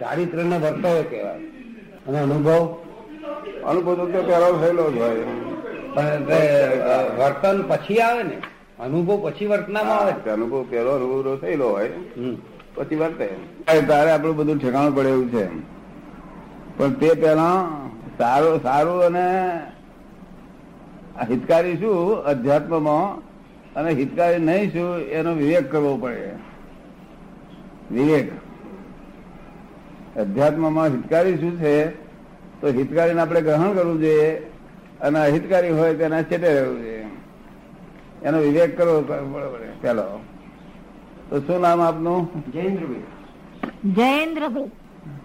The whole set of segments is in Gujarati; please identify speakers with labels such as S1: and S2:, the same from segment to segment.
S1: ચારિત્રને વર્તવ્ય કહેવાય અને અનુભવ
S2: અનુભવ તો તે પહેલા થયેલો જ હોય
S1: પણ તે વર્તન પછી આવે ને અનુભવ પછી વર્તનામાં આવે ને.
S2: તે અનુભવ પહેલો અનુભવ થયેલો હોય
S1: હમ.
S2: પછી વર્તે અરે તારે આપણું બધું ઠેકાણું પડે એવું છે પણ તે પહેલા સારું સારું અને હિતકારી શું અધ્યાત્મમાં અને હિતકારી નહીં શું એનો વિવેક કરવો પડે વિવેક અધ્યાત્મમાં હિતકારી શું છે તો હિતકારીને આપણે ગ્રહણ કરવું જોઈએ અને અહિતકારી હોય તેના છેટે રહેવું જોઈએ એનો વિવેક કરવો પડે પેલો તો શું નામ આપનું
S3: જયેન્દ્રભાઈ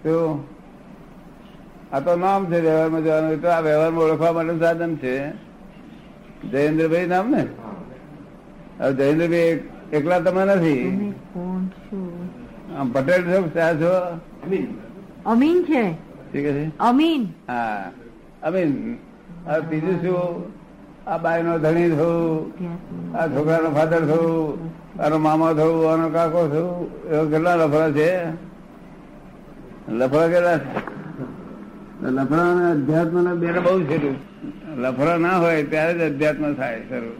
S2: શું આ તો નામ છે વ્યવહારમાં જવાનું એ તો આ વ્યવહારમાં ઓળખવા માટેનું સાધન છે જયેન્દ્રભાઈ નામ ને હવે જયેન્દ્રભાઈ એક- એકલા તમે નથી
S3: તમે કોણ છો
S2: આમ પટેલ છો શા છો
S3: અમીન છે
S2: ઠીક છે
S3: અમીન
S2: હા અમીન હવે બીજું શું આ બાયનો ધણી થવું આ છોકરાનો ફાધર થવું આનો મામા થવું આનો કાકો થવું એવા કેટલા લફડા છે લફડા કેટલા છે? લફડા અને અધ્યાત્મ ને બેને બહુ છેટું લફડા ના હોય ત્યારે જ અધ્યાત્મ થાય શરૂ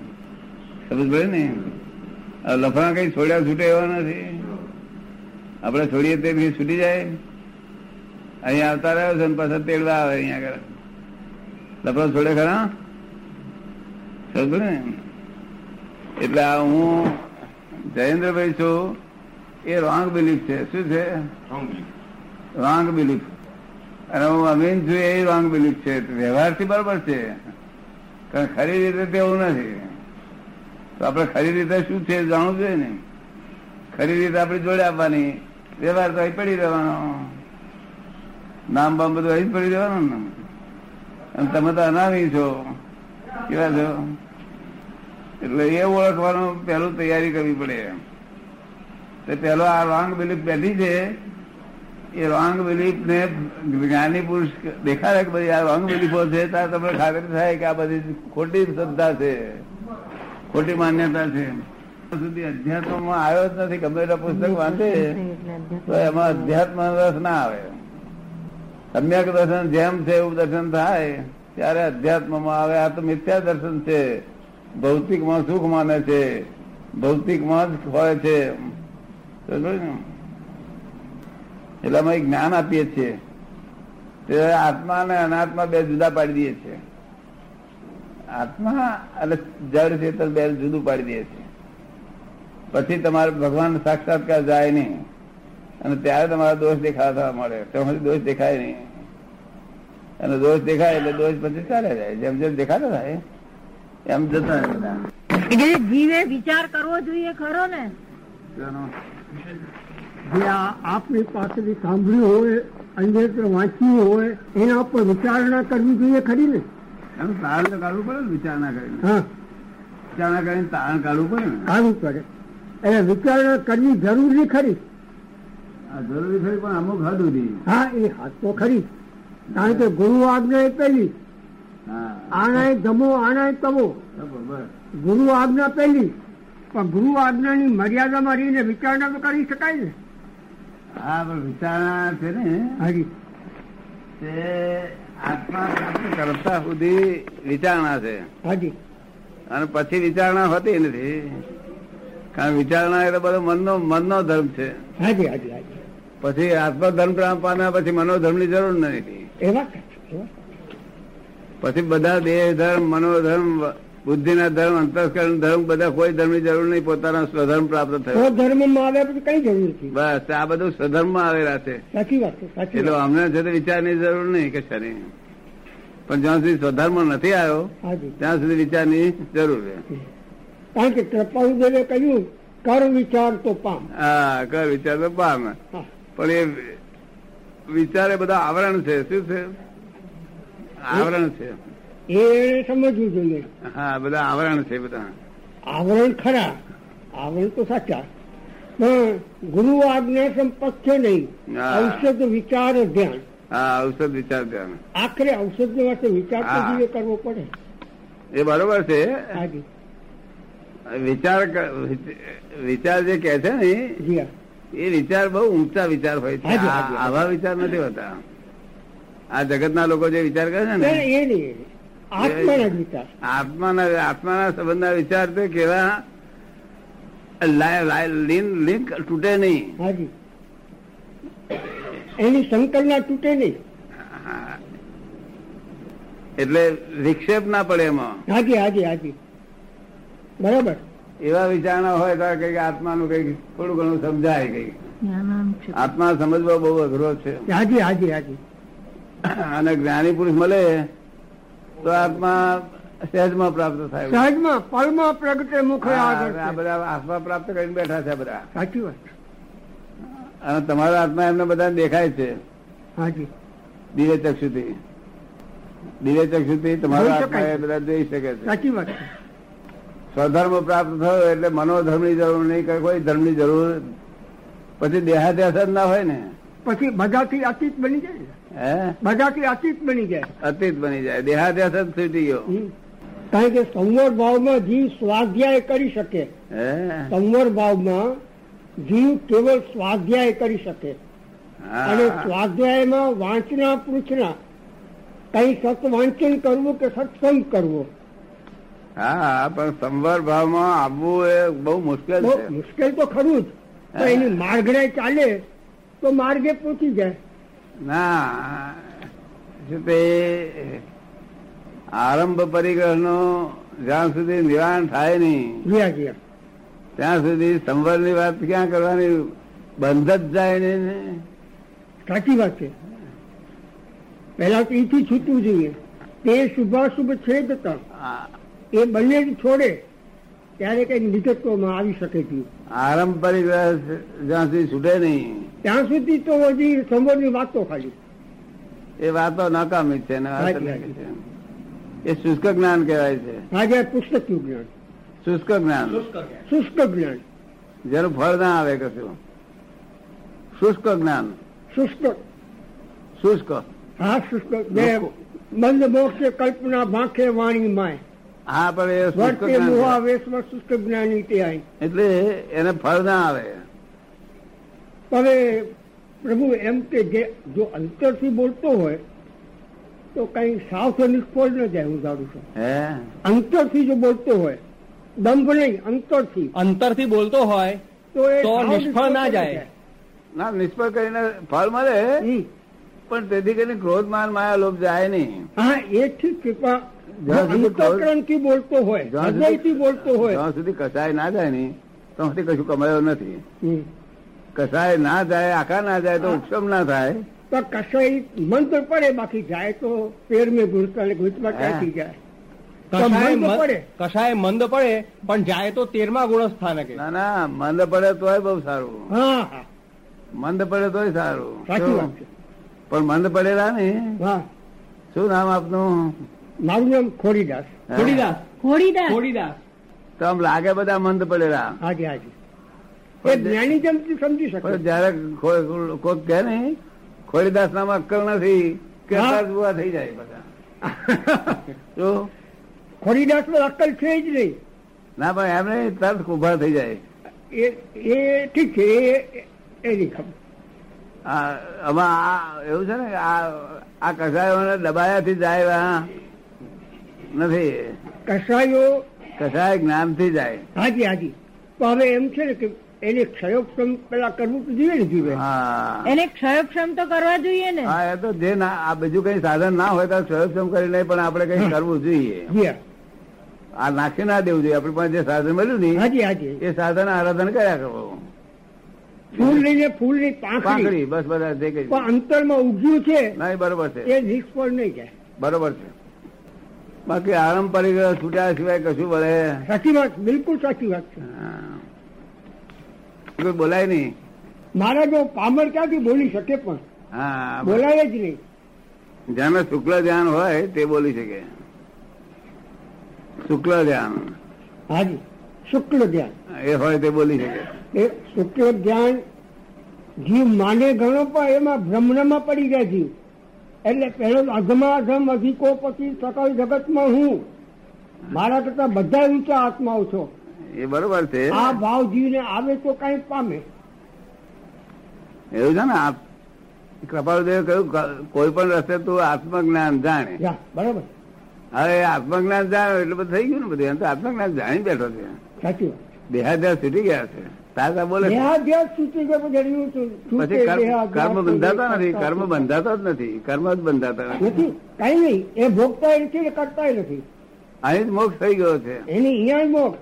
S2: સમજ પડે ને આ લફડા કઈ છોડ્યા છૂટે એવા નથી આપણે છોડીએ તે બી છૂટી જાય અહીંયા આવતા રહ્યો છે ને પાછા તેડવા આવે અહીંયા આગળ લફડા છોડે ખરા સમજ પડે ને એટલે આ હું જયેન્દ્રભાઈ છું એ રોંગ બિલીફ છે શું છે રોંગ બિલીફ અને હું અમીન છું એ રોંગ બિલીફ છે વ્યવહારથી બરાબર છે કારણ ખરી રીતે તેવું નથી તો આપણે ખરી રીતે શું છે એ જાણવું જોઈએ ને ખરી રીતે આપણે જોડે આપવાની વ્યવહાર તો અહીં પડી રહેવાનો નામ બામ બધું અહીં જ પડી રહેવાનું ને અને તમે તો અનામી છો કેવા છો એટલે એ ઓળખવાનું પહેલું તૈયારી કરવી પડે તો પહેલો આ રોંગ બિલીફ બેઠી છે એ રોંગ બિલીફ ને જ્ઞાની પુરુષ દેખાડે કે બધી આ રોંગ બિલીફો છે ત્યારે તમને ખાતરી થાય કે આ બધી ખોટી શ્રદ્ધા છે ખોટી માન્યતા છે હજુ સુધી અધ્યાત્મમાં આવ્યો જ નથી ગમે એટલા પુસ્તક વાંચે તો એમાં અધ્યાત્મ રસ ના આવે સમ્યક દર્શન જેમ છે એવું દર્શન થાય ત્યારે અધ્યાત્મમાં આવે આ તો મિથ્યા દર્શન છે ભૌતિકમાં સુખ માને છે ભૌતિકમાં જ ખોળે છે સમજો ને? એટલે અમે એક જ્ઞાન આપીએ છીએ તે આત્મા અને અનાત્મા બે જુદા પાડી દઈએ છીએ આત્મા અને જળ ચેતન બે જુદું પાડી દઈએ છીએ પછી તમારે ભગવાન સાક્ષાત્કાર જાય નહીં અને ત્યારે તમારો દોષ દેખાતા મળે તમારી દોષ દેખાય નહીં અને દોષ દેખાય એટલે દોષ પછી ચાલે જાય જેમ જેમ દેખાતા થાય એમ જતા રહેતા.
S3: એટલે જીવે વિચાર કરવો જોઈએ ખરો ને
S4: જે આ આપની પાસેથી સાંભળ્યું હોય અન્ય વાંચ્યું હોય એના ઉપર વિચારણા કરવી જોઈએ ખરી ને
S2: એનું તારણ તો કાઢવું પડે ને વિચારણા કરીને
S4: હા
S2: વિચારણા કરીને તારણ કાઢવું પડે ને
S4: કાઢવું પડે એટલે વિચારણા કરવી જરૂરી ખરી
S2: આ જરૂરી ખરી પણ અમુક હદ સુધી
S4: હા એ હાથ તો ખરી કારણ કે ગુરુ આજ્ઞા એ પહેલી
S2: હા
S4: આણાએ જમો આણાએ તમો
S2: બરોબર
S4: ગુરુ આજ્ઞા પહેલી પણ ગુરુ આજ્ઞાની મર્યાદામાં રહીને વિચારણા તો કરી શકાય ને
S2: હા પણ વિચારણા છે ને
S4: હરી
S2: તે આત્મા પ્રાપ્ત કરતા સુધી વિચારણા છે
S4: હાજી
S2: અને પછી વિચારણા હોતી નથી કારણ વિચારણા એટલે બધો મનનો મનનો ધર્મ છે
S4: હાજી હાજી હાજી
S2: પછી આત્મધર્મ પ્રાણ પામ્યા પછી મનોધર્મની જરૂર નથી
S4: એવા કઈ એવા
S2: પછી બધા દેહ ધર્મ મનોધર્મ બુદ્ધિના ધર્મ અંતસ્કરણ ધર્મ બધા કોઈ ધર્મની જરૂર નહીં પોતાના સ્વધર્મ પ્રાપ્ત થયો
S4: તો ધર્મમાં આવ્યા પછી કઈ જરૂર નથી
S2: બસ આ બધું સ્વધર્મમાં આવેલા છે
S4: સાચી વાત છે સાચી
S2: એટલે
S4: વાત
S2: અમને છે તે વિચારની જરૂર નહીં કશાની પણ જ્યાં સુધી સ્વધર્મ નથી આવ્યો
S4: હાજી
S2: ત્યાં સુધી વિચારની જરૂર છે
S4: કારણ કે કૃપાળુદેવે કહ્યું કર વિચાર તો પામ
S2: હા કર વિચાર તો પામ
S4: હા.
S2: પણ એ વિચાર એ બધા આવરણ છે શું છે આવરણ છે
S4: એ એણે સમજવું જોઈએ
S2: હા બધા આવરણ છે બધા
S4: આવરણ ખરા આવરણ તો સાચા પણ ગુરુ આજ્ઞા સંપર્ક છે નહીં
S2: હા.
S4: ઔષધ વિચાર ધ્યાન
S2: હા ઔષધ વિચાર ધ્યાન
S4: આખરે ઔષધ વાસ્તે વિચાર તો
S2: હા.
S4: જીવે કરવો પડે
S2: એ બરોબર છે
S4: હાજી
S2: વિચાર ક- વિચાર જે કે છે ને
S4: જી હા
S2: એ વિચાર બહુ ઊંચા વિચાર હોય છે
S4: હાજી,
S2: આ-
S4: હાજી.
S2: આવા વિચાર નથી હોતા આ જગતના લોકો જે વિચાર કરે છે
S4: ના,
S2: ને
S4: એ નહીં આત્માના જ વિચાર
S2: આત્માના આત્માના સંબંધના વિચાર તો કેવા લાય- લાય- લીન- લિંક તૂટે નહીં
S4: હાજી એની સંકલ્પના તૂટે નહીં
S2: હા. એટલે વિક્ષેપ ના પડે એમાં
S4: હાજી હાજી હાજી બરાબર
S2: એવા વિચારણા હોય તો કઈક આત્માનું કઈક થોડું ઘણું સમજાય કઈક
S3: જ્ઞાનામ છે
S2: આત્મા સમજવો બહુ અઘરો છે
S4: હાજી હાજી હાજી
S2: અને જ્ઞાની પુરુષ મળે તો આત્મા સહેજમાં પ્રાપ્ત થાય
S4: સહજમાં પળમાં પ્રગટે મુખે આગળ
S2: આ
S4: છે.
S2: બધા આત્મા પ્રાપ્ત કરીને બેઠા છે આ બધા
S4: સાચી વાત
S2: અને તમારા આત્મા એમને બધા દેખાય છે
S4: હાજી
S2: દિવ્ય ચક્ષુથી દિવ્ય ચક્ષુથી તમારા
S4: જોઈ
S2: આત્મા
S4: શકાય.
S2: એ બધા જોઈ શકે છે
S4: સાચી વાત છે.
S2: સ્વધર્મ પ્રાપ્ત થયો એટલે મનોધર્મની જરૂર નહીં કે કોઈ ધર્મની જરૂર પછી દેહાદ્યાસ જ ના હોય ને
S4: પછી બધાથી અતીત બની જાય ને.
S2: હે
S4: બધાથી અતીત બની જાય
S2: અતીત બની જાય દેહાદ્યાસ જ છૂટી ગયો
S4: હમ. કારણ કે સંવર ભાવમાં જીવ સ્વાધ્યાય કરી શકે
S2: હે
S4: સંવર ભાવમાં જીવ કેવળ સ્વાધ્યાય કરી શકે
S2: હા.
S4: અને સ્વાધ્યાયમાં વાંચના પૂછના કઈ સત વાંચન કરવું કે સત્સંગ કરવો
S2: હા પણ સંવર ભાવમાં આવવું એ બહુ મુશ્કેલ
S4: બહુ
S2: છે
S4: મુશ્કેલ તો ખરું જ પણ એની માર્ગને ચાલે તો માર્ગે પહોંચી જાય
S2: ના શું તે આરંભ પરિગ્રહ જ્યાં સુધી નિવારણ થાય નહીં
S4: જીયા જીયા
S2: ત્યાં સુધી સંવરની વાત ક્યાં કરવાની બંધ જ જાય નહીં ને
S4: સાચી વાત છે પહેલા તો એથી છૂટવું જોઈએ તે શુભાશુભ છે જતા
S2: આ
S4: એ બંને જ છોડે ત્યારે કઈ નિગત્વમાં આવી શકે છે
S2: આરંભ પરિગ્રહ જ્યાં સુધી છૂટે નહીં
S4: ત્યાં સુધી તો હજી સમોરની વાતો ખાલી
S2: એ વાતો નાકામી જ છે ને વાત
S4: સાચી વાત
S2: અલગ છે. એ શુષ્ક જ્ઞાન કહેવાય છે
S4: આજે પુસ્તકનું જ્ઞાન
S2: શુષ્ક જ્ઞાન
S4: શુષ્ક જ્ઞાન
S2: જેનું ફળ ના આવે કશું શુષ્ક જ્ઞાન
S4: શુષ્ક
S2: શુષ્ક
S4: હા શુષ્ક જે
S2: લોકો.
S4: મંદ મોક્ષે કલ્પના ભાંખે વાણી માય
S2: હા પણ એ શુષ્ક
S4: વર્તે મોહા
S2: જ્ઞાન
S4: વેશમાં શુષ્ક જ્ઞાની તે આઈ
S2: છે. એટલે એને ફળ ના આવે
S4: હવે પ્રભુ એમ કે જે જો અંતરથી બોલતો હોય તો કઈ સાવ તો નિષ્ફળ ન જાય હું ધારું છું
S2: હે
S4: અંતરથી જો બોલતો હોય દંભ નહીં અંતરથી
S5: અંતરથી બોલતો હોય
S4: તો એ
S5: તો
S4: સાવ
S5: નિષ્ફળ ના જાય.
S2: ના નિષ્ફળ કરીને ફળ મળે
S4: હમ.
S2: પણ તેથી કરીને ક્રોધ માન માયા લોભ જાય નહીં
S4: હા એ ઠીક છે પણ
S2: જ્યાં સુધી ખોલ-
S4: અંતકરણ થી બોલતો હોય
S2: જ્યાં સુધી-
S4: હૃદયથી બોલતો હોય
S2: જ્યાં સુધી કસાય ના જાય નહીં ત્યાં સુધી કશું કમાયો નથી
S4: હમ.
S2: કસાય ના જાય આખા ના જાય તો ઉપશમ ના થાય
S4: તો કસાય મંત્ર પડે બાકી જાય તો પેર મેં ગુજતા એટલે ગુજમાં
S2: હા.
S4: ક્યાંથી જાય તો
S5: કશાય
S4: મંદ
S5: મંદ-
S4: પડે
S5: કશાય મંદ પડે પણ જાય તો તેરમા ગુણ સ્થાનકે
S2: ના ના મંદ પડે તોય બહુ સારું
S4: હા હા
S2: મંદ પડે તોય સારું
S4: સાચી વાત છે
S2: પણ મંદ પડેલા ને
S4: હા
S2: શું નામ આપનું
S4: મારું નામ ખોડીદાસ
S5: ખોડીદાસ
S3: ખોડીદાસ
S5: ખોડીદાસ
S2: તો આમ લાગે બધા મંદ પડેલા
S4: હાજી હાજી એ
S2: પણ જે-
S4: જ્ઞાની જેમ થી સમજી
S2: પણ
S4: શકે
S2: જયારે ખો- કોક કહે ને ખોડીદાસ નામ અક્કલ નથી કે
S4: હા.
S2: જુવા થઈ જાય બધા જો
S4: ખોડીદાસ માં અક્કલ છે જ નહીં
S2: ના પણ એમ નહીં તરત ઉભા થઈ જાય
S4: એ એ ઠીક છે એ- એ- એની ખબર
S2: આ આમાં આ એવું છે ને કે આ આ કસાયોને દબાયાથી જાય એવા નથી
S4: કસાયો
S2: કસાય જ્ઞાનથી જાય
S4: હાજી હાજી તો હવે એમ છે ને કે એને ક્ષયોક્ષમ પેલા કરવું તો જોઈએ ને જીવે
S2: હા
S3: એને ક્ષયક્ષમ તો કરવા જોઈએ ને
S2: હા એ તો જે ના આ બીજું કઈ સાધન ના હોય તો સ્વયંક્ષમ કરી નહીં પણ આપણે કઈ કરવું જોઈએ
S4: જીયા.
S2: આ નાખી ના દેવું જોઈએ આપણી પાસે જે સાધન મળ્યું ને
S4: હાજી હાજી
S2: એ સાધન આરાધન કર્યા કરવું
S4: ફૂલ લઈને ફૂલની પાંખડી
S2: પાંખડી બસ બધા જે કઈ
S4: પણ અંતરમાં ઉગ્યું છે
S2: ના એ બરોબર છે
S4: એ નિષ્ફળ નહીં જાય
S2: બરોબર છે બાકી આરંભ પરિગ્રહ છૂટ્યા સિવાય કશું વળે
S4: સાચી વાત બિલકુલ સાચી વાત છે
S2: હા. કોઈ બોલાય નહીં
S4: મારા જો પામર ક્યાંથી બોલી શકે પણ
S2: હા
S4: બોલાય જ નહીં
S2: જેને શુક્લ ધ્યાન હોય તે બોલી શકે શુક્લ ધ્યાન
S4: હાજી શુક્લ ધ્યાન
S2: એ હોય તે બોલી શકે
S4: એ શુક્લ ધ્યાન જીવ માને ઘણો પણ એમાં ભ્રમણામાં પડી જાય જીવ એટલે પેલો અધમાધમ અધિકો પછી સકલ જગતમાં હું મારા કરતા બધા ઊંચા આત્માઓ છો
S2: એ બરોબર છે
S4: આ ભાવ જીવને આવે તો કઈ પામે
S2: એવું છે ને આપ કૃપાળુદેવે કહ્યું ક- કોઈ પણ રસ્તે તું આત્મજ્ઞાન જાણે
S4: યા, બરાબર
S2: હવે આત્મજ્ઞાન જાણે એટલે બધું થઈ ગયું ને બધું એમ તો આત્મજ્ઞાન જાણી બેઠો છે
S4: સાચી વાત
S2: દેહાધ્યાસ છૂટી ગયા છે તાતા બોલે છે.
S4: દેહાધ્યાસ સૂચિ કે બધેડ્યું હતું. સૂચિ
S2: પછી કર્મ
S4: દેહાધ્યાસ
S2: કર્મ બંધાતા નથી કર્મ બંધાતા જ નથી
S4: કરતા
S2: કર્મ જ બંધાતા નથી
S4: નથી કઈ નહીં એ ભોગતાય નથી ને કરતાય નથી
S2: અહીં જ મોક્ષ થઈ ગયો છે
S4: એની અહીંયા જ મોક્ષ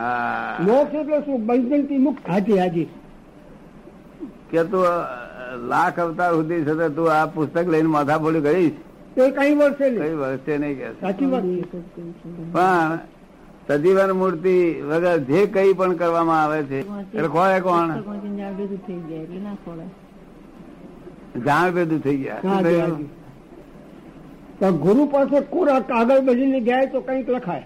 S2: હા
S4: મોક્ષ એટલે શું બંધન થી મુક્ત હાજી હાજી
S2: કે તું અ, લાખ અવતાર સુધી છે તો તું આ પુસ્તક લઈને માથાપોડી કરીશ
S4: તો એ કઈ વર્ષે નહીં
S2: કઈ વર્ષે નહીં કે છે.
S4: સાચી વાત છે.
S2: પણ સજીવન મૂર્તિ વગર જે કઈ પણ કરવામાં આવે છે એટલે કોણે કોણ
S3: વાંચીને જાણ ભેગું થઈ જાય એટલે ના ખોળે
S2: જાણ ભેદું થઈ
S4: હા, હાજી,
S2: ગયા
S4: હાજી. તો ગુરુ પાસે કોરા કાગળ બદલીને જાય તો કંઈક લખાય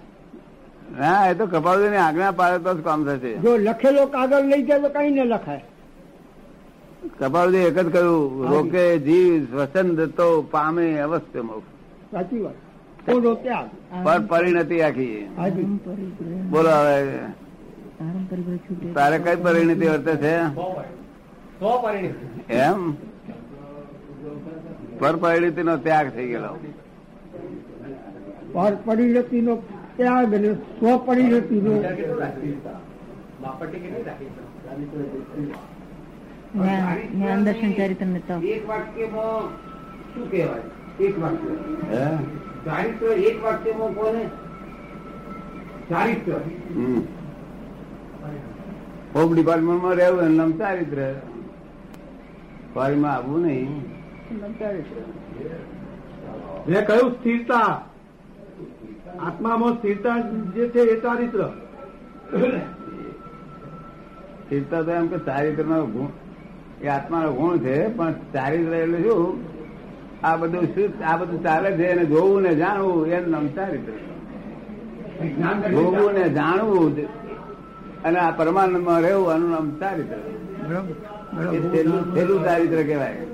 S2: ના એ તો કપાળુજી ની આજ્ઞા પાડે તો જ કામ થશે
S4: જો લખેલો કાગળ લઈ જાય તો કઈ ન લખાય
S2: કપાળુજી એક જ કહ્યું
S4: હાજી.
S2: રોકે જીવ સ્વસંદ તો પામે અવશ્ય મોક્ષ
S4: સાચી વાત કોનો ત્યાગ
S2: પર પરિણતિ આખી
S4: હાજી
S3: આરંભ પરિગ્રહ-
S2: બોલો હવે
S3: આરંભ પરિગ્રહ છૂટે
S2: તારે કઈ પરિણતિ વર્તે છે
S5: સો પરિણીત
S2: એમ પર પરિણતિ નો ત્યાગ થઈ ગયેલો
S4: પર પરિણતિ નો ત્યાગ અને સ્વ પરિણતિ નો
S3: જ્ઞાન જ્ઞાન દર્શન ચારિત્ર ને તપ
S1: એક વાક્યમાં શું કહેવાય એક વાક્ય
S2: હે?
S1: ચારિત્ર એક વાક્યમાં કોને ચારિત્ર
S2: હમ. હોમ ડિપાર્ટમેન્ટમાં રહેવું એનું નામ ચારિત્ર ફોરીમાં આવવું નહીં
S6: મેં કહ્યું સ્થિરતા આત્મામાં સ્થિરતા જે છે એ ચારિત્ર
S2: ચિંતા તો એમ કે ચારિત્ર નો ગુણ એ આત્માનો ગુણ છે પણ ચારિત્ર એટલે શું આ બધું શું આ બધું ચાલે છે એને જોવું ને જાણવું એનું નામ ચારિત્ર જોવું ને જાણવું જ અને આ પરમાનંદમાં રહેવું આનું નામ ચારિત્ર એ છેલ્લું છેલ્લું ચારિત્ર કહેવાય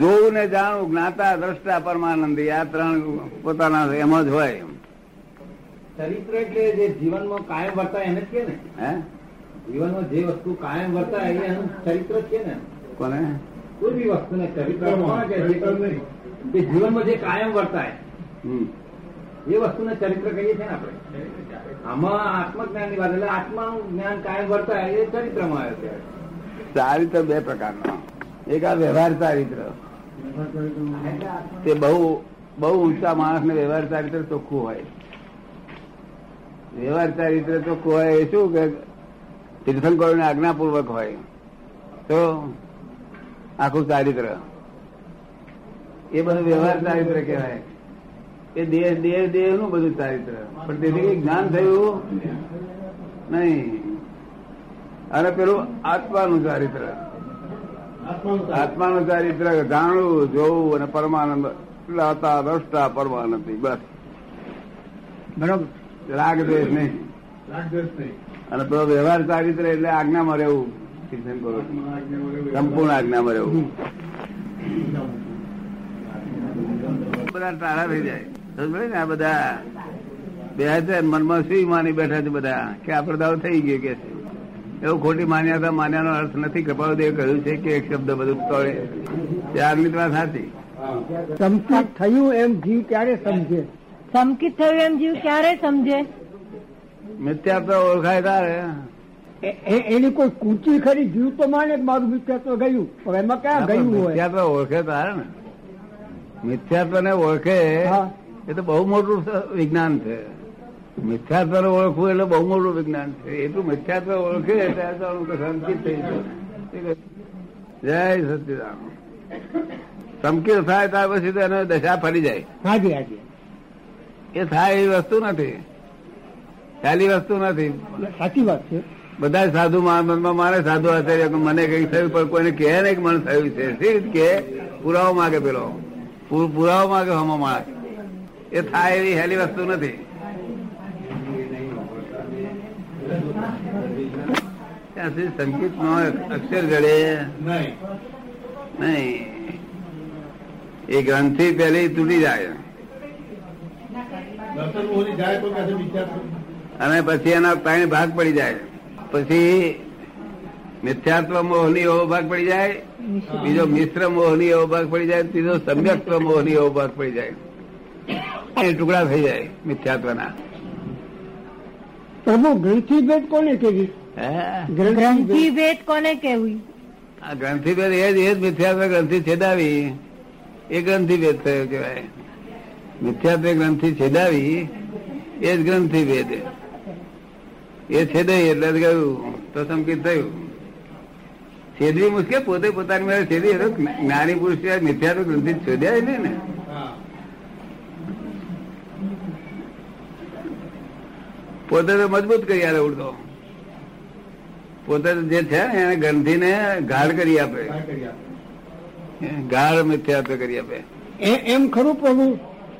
S2: જોવું ને જાણવું જ્ઞાતા દ્રષ્ટા પરમાનંદી આ ત્રણ પોતાના એમ જ હોય
S1: ચરિત્ર એટલે જે જીવનમાં કાયમ વર્તાય એને જ કે ને
S2: હે
S1: જીવનમાં જે વસ્તુ કાયમ વર્તાય એ એનું ચરિત્ર જ છે ને
S2: કોને
S1: કોઈ બી વસ્તુને ચરિત્ર કોણ કહે
S6: ચરિત્ર
S1: છે
S6: નહીં.
S1: કે જીવનમાં જે કાયમ વર્તાય
S2: હમ
S1: એ વસ્તુને ચરિત્ર કહીએ છીએ ને આપણે આમાં આત્મજ્ઞાનની વાત એટલે આત્માનું જ્ઞાન કાયમ વર્તાય એ ચરિત્રમાં આવે છે
S2: ચારિત્ર બે પ્રકારના એક આ વ્યવહાર ચારિત્ર તે બહુ બહુ ઊંચા માણસને વ્યવહાર ચારિત્ર ચોખ્ખું હોય વ્યવહાર ચારિત્ર ચોખ્ખું હોય એ શું કે તીર્થંકરોને આજ્ઞાપૂર્વક હોય તો આખું ચારિત્ર એ બધું વ્યવહાર ચારિત્ર કહેવાય એ દેહ દેહ દેહનું બધું ચારિત્ર પણ તેથી કંઈ જ્ઞાન થયું નહીં અને પેલું આત્માનું ચારિત્ર આત્માનું ચારિત્ર જાણવું જોવું અને પરમાનંદ લાતા દ્રષ્ટા પરમાનંદી બસ
S4: બરાબર
S2: રાગ દ્વેષ નહીં અને પેલો વ્યવહાર ચારિત્ર એટલે આજ્ઞામાં રહેવું તીર્થંકરો સંપૂર્ણ આજ્ઞામાં રહેવું બધા ટાળા થઈ જાય સમજે ને આ બધા બે હજાર મનમાં શું માની બેઠા છે બધા કે આ દાવ થઈ ગયો કે છે. એવું ખોટી માન્યતા માન્યાનો અર્થ નથી કપાળદેવે કહ્યું છે કે એક શબ્દ બધું તળે ચારની વાત સાચી
S4: સંકિત થયું એમ જીવ ક્યારે સમજે
S3: સંકિત થયું એમ જીવ ક્યારે સમજે
S2: મિથ્યા તો ઓળખાય તારે
S4: એ- એ- એની કોઈ કૂચી ખરી જીવ તો માને કે મારું મિથ્યાત્વ ગયું પણ એમાં ક્યાં ગયું હોય
S2: મિથ્યા તો ઓળખે તારે ને મિથ્યાત્વને ઓળખે
S4: હા.
S2: એ તો બહુ મોટું સ- વિજ્ઞાન છે મિથ્યાત્વને ઓળખવું એટલે બહુ મોટું વિજ્ઞાન છે એટલું મિથ્યાત્વ ઓળખે ત્યારે તો આનું કશું અંકિત થઈ જાય જય સચિદાન સંકિત થાય ત્યાર પછી તો એને દશા ફરી જાય
S4: હાજી હાજી
S2: એ થાય એવી વસ્તુ નથી ખાલી વસ્તુ નથી
S4: સાચી વાત છે
S2: બધા જ સાધુ મહાત્મા મારે સાધુ આચાર્ય કે મને કઈ થયું પણ કોઈને કહે નહીં કે મને થયું છે સી રીત કે પુરાવો માગે પેલો પુ- પુરાવો માગે હમો માણસ એ થાય એવી હેલી વસ્તુ નથી ત્યાં સુધી સંગીત નો અક્ષર ઘડે નહીં એ ગ્રંથિ પહેલી તૂટી જાય
S6: જાય તો વિચાર
S2: અને પછી એના ત્રણ ભાગ પડી જાય પછી મિથ્યાત્વ મોહની એવો ભાગ પડી જાય બીજો મિશ્ર મોહની એવો ભાગ પડી જાય ત્રીજો સમ્યક્ત્વ મોહની એવો ભાગ પડી જાય એ ટુકડા થઈ જાય મિથ્યાત્વના
S4: પ્રભુ ગ્રંથિ ભેદ કોને કહેવી
S2: હે
S3: ગ્રંથિ ભેદ કોને કહેવી
S2: આ ગ્રંથિભેદ એ જ એ જ મિથ્યાત્વ ગ્રંથિ છેદાવી એ ગ્રંથિભેદ થયો કહેવાય મિથ્યાત્વ ગ્રંથિ છેદાવી એ જ ગ્રંથિભેદ એ છેદાઈ એટલે જ ગયું તો સંકિત થયું છેદવી મુશ્કેલ પોતે પોતાની મેળે છેદી એ તો જ્ઞાની પુરુષ સિવાય મિથ્યાત્વ ગ્રંથિ છોદ્યા નહીં ને પોતે તો મજબૂત કરી આલે ઉડતો પોતે તો જે છે ને એને ગ્રંથિને ગાઢ કરી આપે ગાઢ મિથ્યાત્વ કરી આપે
S4: એ- એમ ખરું પ્રભુ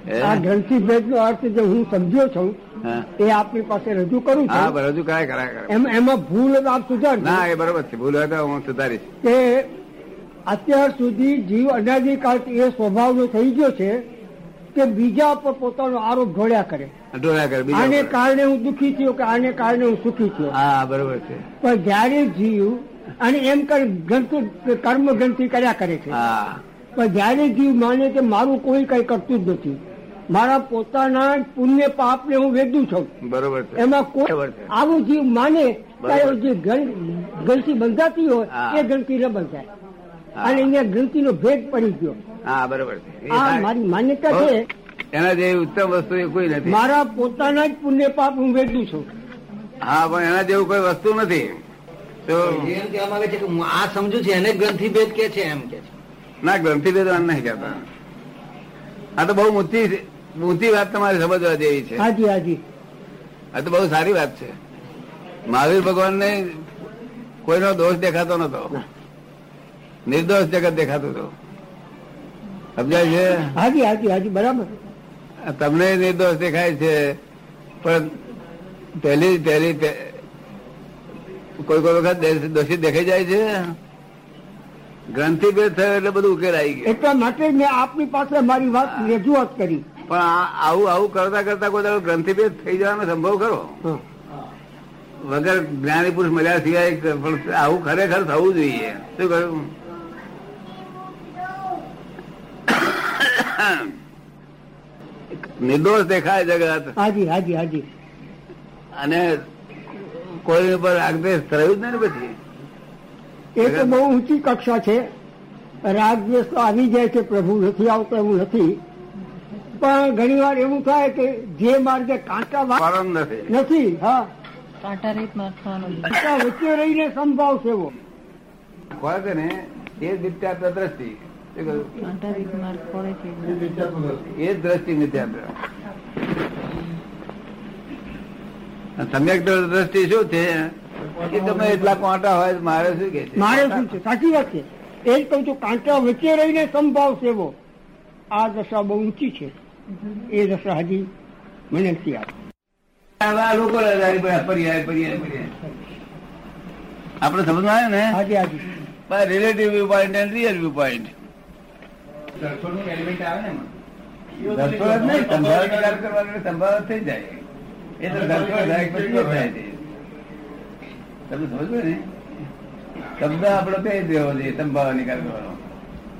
S2: હે?
S4: આ ગ્રંથિ ભેદનો અર્થ જે હું સમજ્યો છું
S2: હા.
S4: એ આપની પાસે રજૂ કરું
S2: હા
S4: છું
S2: બરાબર હજુ કાંઈ કરાય કરે
S4: એમ એમાં ભૂલ જ આપ સુધારજો
S2: ના એ બરોબર છે ભૂલ હોય તો હું સુધારીશ
S4: કે અત્યાર સુધી જીવ અનાદિકાળથી એ સ્વભાવનો થઈ ગયો છે કે બીજા પર પોતાનો આરોપ ઢોળ્યા કરે
S2: અઢોરા કર બીજા
S4: આને
S2: ઉપર.
S4: કારણે હું દુઃખી થયો કે આને કારણે હું સુખી થયો
S2: હા બરોબર છે
S4: પણ જયારે જીવ અને એમ કરી ગ્રંથિ કર્મ ગ્રંથિ કર્યા કરે છે
S2: હા
S4: પણ જયારે જીવ માને કે મારું કોઈ કઈ કરતું જ નથી મારા પોતાના જ પુણ્ય પાપને હું વેદું છું
S2: બરોબર છે
S4: એમાં કોઈ
S2: બરાબર છે.
S4: આવું જીવ માને ત્યારે
S2: બરાબર.
S4: જે ગ્રં- ગ્રંથિ બંધાતી હોય
S2: હા.
S4: એ ગ્રંથિ ન બંધાય
S2: હા.
S4: અને અહીંયા ગ્રંથિનો ભેદ પડી ગયો
S2: હા બરોબર છે એ
S4: આ
S2: થાય.
S4: મારી માન્યતા
S2: બહુ-
S4: છે
S2: એના જેવી ઉત્તમ વસ્તુ એ કોઈ નથી
S4: મારા પોતાના જ પુણ્ય પાપ હું વેદું છું
S2: હા પણ એના જેવું કોઈ વસ્તુ નથી તો
S7: એમ કહેવા માંગે છે કે હું આ સમજુ છું એને ગ્રંથિ ભેદ કે છે એમ કે છે
S2: ના ગ્રંથિ ભેદવાન નહીં કહેતા આ તો બહુ ઊંચી ઊંચી વાત તમારે સમજવા જેવી છે
S4: હાજી હાજી
S2: આ તો બહુ સારી વાત છે મહાવીર ભગવાનને કોઈનો દોષ દેખાતો નતો નિર્દોષ જગત દેખાતું હતું સમજાય છે
S4: હાજી હાજી હાજી બરાબર
S2: આ તમને નિર્દોષ દેખાય છે પણ પહેલી પહેલી પે- કોઈ કોઈ વખત દે- દોષિત દેખાઈ જાય છે ગ્રંથિ ભેદ થયો એટલે બધું ઉકેલ આવી ગયું
S4: એટલા માટે જ મેં આપની પાસે મારી વાત રજૂઆત કરી
S2: પણ આ આવું આવું કરતા કરતા કોઈ દાડો ગ્રંથિભેદ થઈ જવાનો સંભવ ખરો
S4: હા.
S2: વગર જ્ઞાની પુરુષ મળ્યા સિવાય ક- પણ આવું ખરેખર થવું જોઈએ શું કહ્યું નિર્દોષ દેખાય જગત
S4: હાજી હાજી હાજી
S2: અને કોઈ ઉપર આગદેશ થયું જ નહીં ને પછી
S4: એ તો બહુ ઊંચી કક્ષા છે રાગદ્વેષ તો આવી જાય છે પ્રભુ નથી આવતો એવું નથી પણ ઘણી વાર એવું થાય કે જે માર્ગે કાંટા વા-
S2: ફોરમ નથી
S4: નથી હા
S3: કાંટા રીત નાખવાનો
S4: કાંટા વચ્ચે રહીને સંભાવ સેવો
S2: ખોરાક છે ને એ જ મિથ્યાત્વ દ્રષ્ટિ શું કહ્યું?
S3: કાંટા રીત માર્ગ પડે છે
S2: એ જ દ્રષ્ટિ મિથ્યાત્વ સમ્યક દ્રષ્ટિ શું છે કે તમે એટલા કોટા હોય મારે શું કે છે
S4: મારે શું છે સાચી વાત છે એ જ કહું છું કાંટા વચ્ચે રહીને સંભાવ સેવો આ દશા બહુ ઊંચી છે એ દશા હજી મને નથી આવતી
S2: આવા લોકો રહ્યા છે, બધા પર્યાય, પર્યાય, પર્યાય. આપણે સમજમાં આવ્યું
S4: હાજી હાજી
S2: ને relative view point and real view point
S1: દર્શનનું એલિમેન્ટ આવે ને એમાં.
S2: ધરસોડ જ નહીં સંભાવ વિચાર કરવાનો સંભાવ થઈ જાય એ તો ધરસોડ થાય પછી એ થાય છે. તમે સમજો ને શબ્દ આપણો કઈ દેવો જોઈએ સંભાવ નિકાલ કરવાનો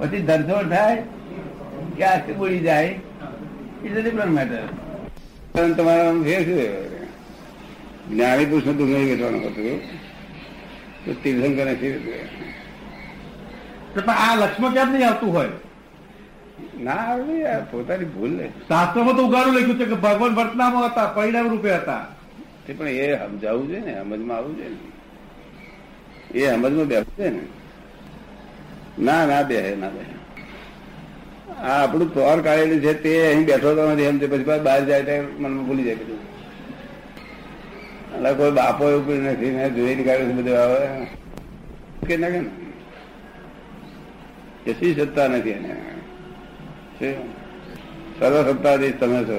S2: પછી ધરસોડ થાય કે આખી ઉડી જાય ઇટ ડિફરન્ટ મેટર પણ તમારો આમ ફેર શું રહ્યો? જ્ઞાની પુરુષ તું નહીં વેચવાનું હતું તો તીર્થંકર
S6: તો પણ આ લક્ષ્મણ કેમ નહીં આવતું હોય
S2: ના આવે યાર, પોતાની ભૂલ નહીં
S6: શાસ્ત્રમાં તો ઉગાડું લખ્યું છે કે ભગવાન વર્તનામાં હતા પરિણામ રૂપે હતા
S2: તે પણ એ સમજાવવું જોઈએ ને સમજમાં આવવું જોઈએ ને એ સમજમાં બેસવું જોઈએ ને ના ના બેહે ના બેહે આ આપણું તોર કાઢેલું છે તે અહીં બેઠો તો નથી સમજે પછી પાછો બહાર જાય ત્યારે મનમાં ભૂલી જાય બધું એટલે કોઈ બાપો એવું કોઈ નથી ને જોઈ નીકાળ્યું છે બધું આવે કે ના કે ને એ શી સત્તા નથી એને શું? સર્વ સત્તાધીશ તમે છો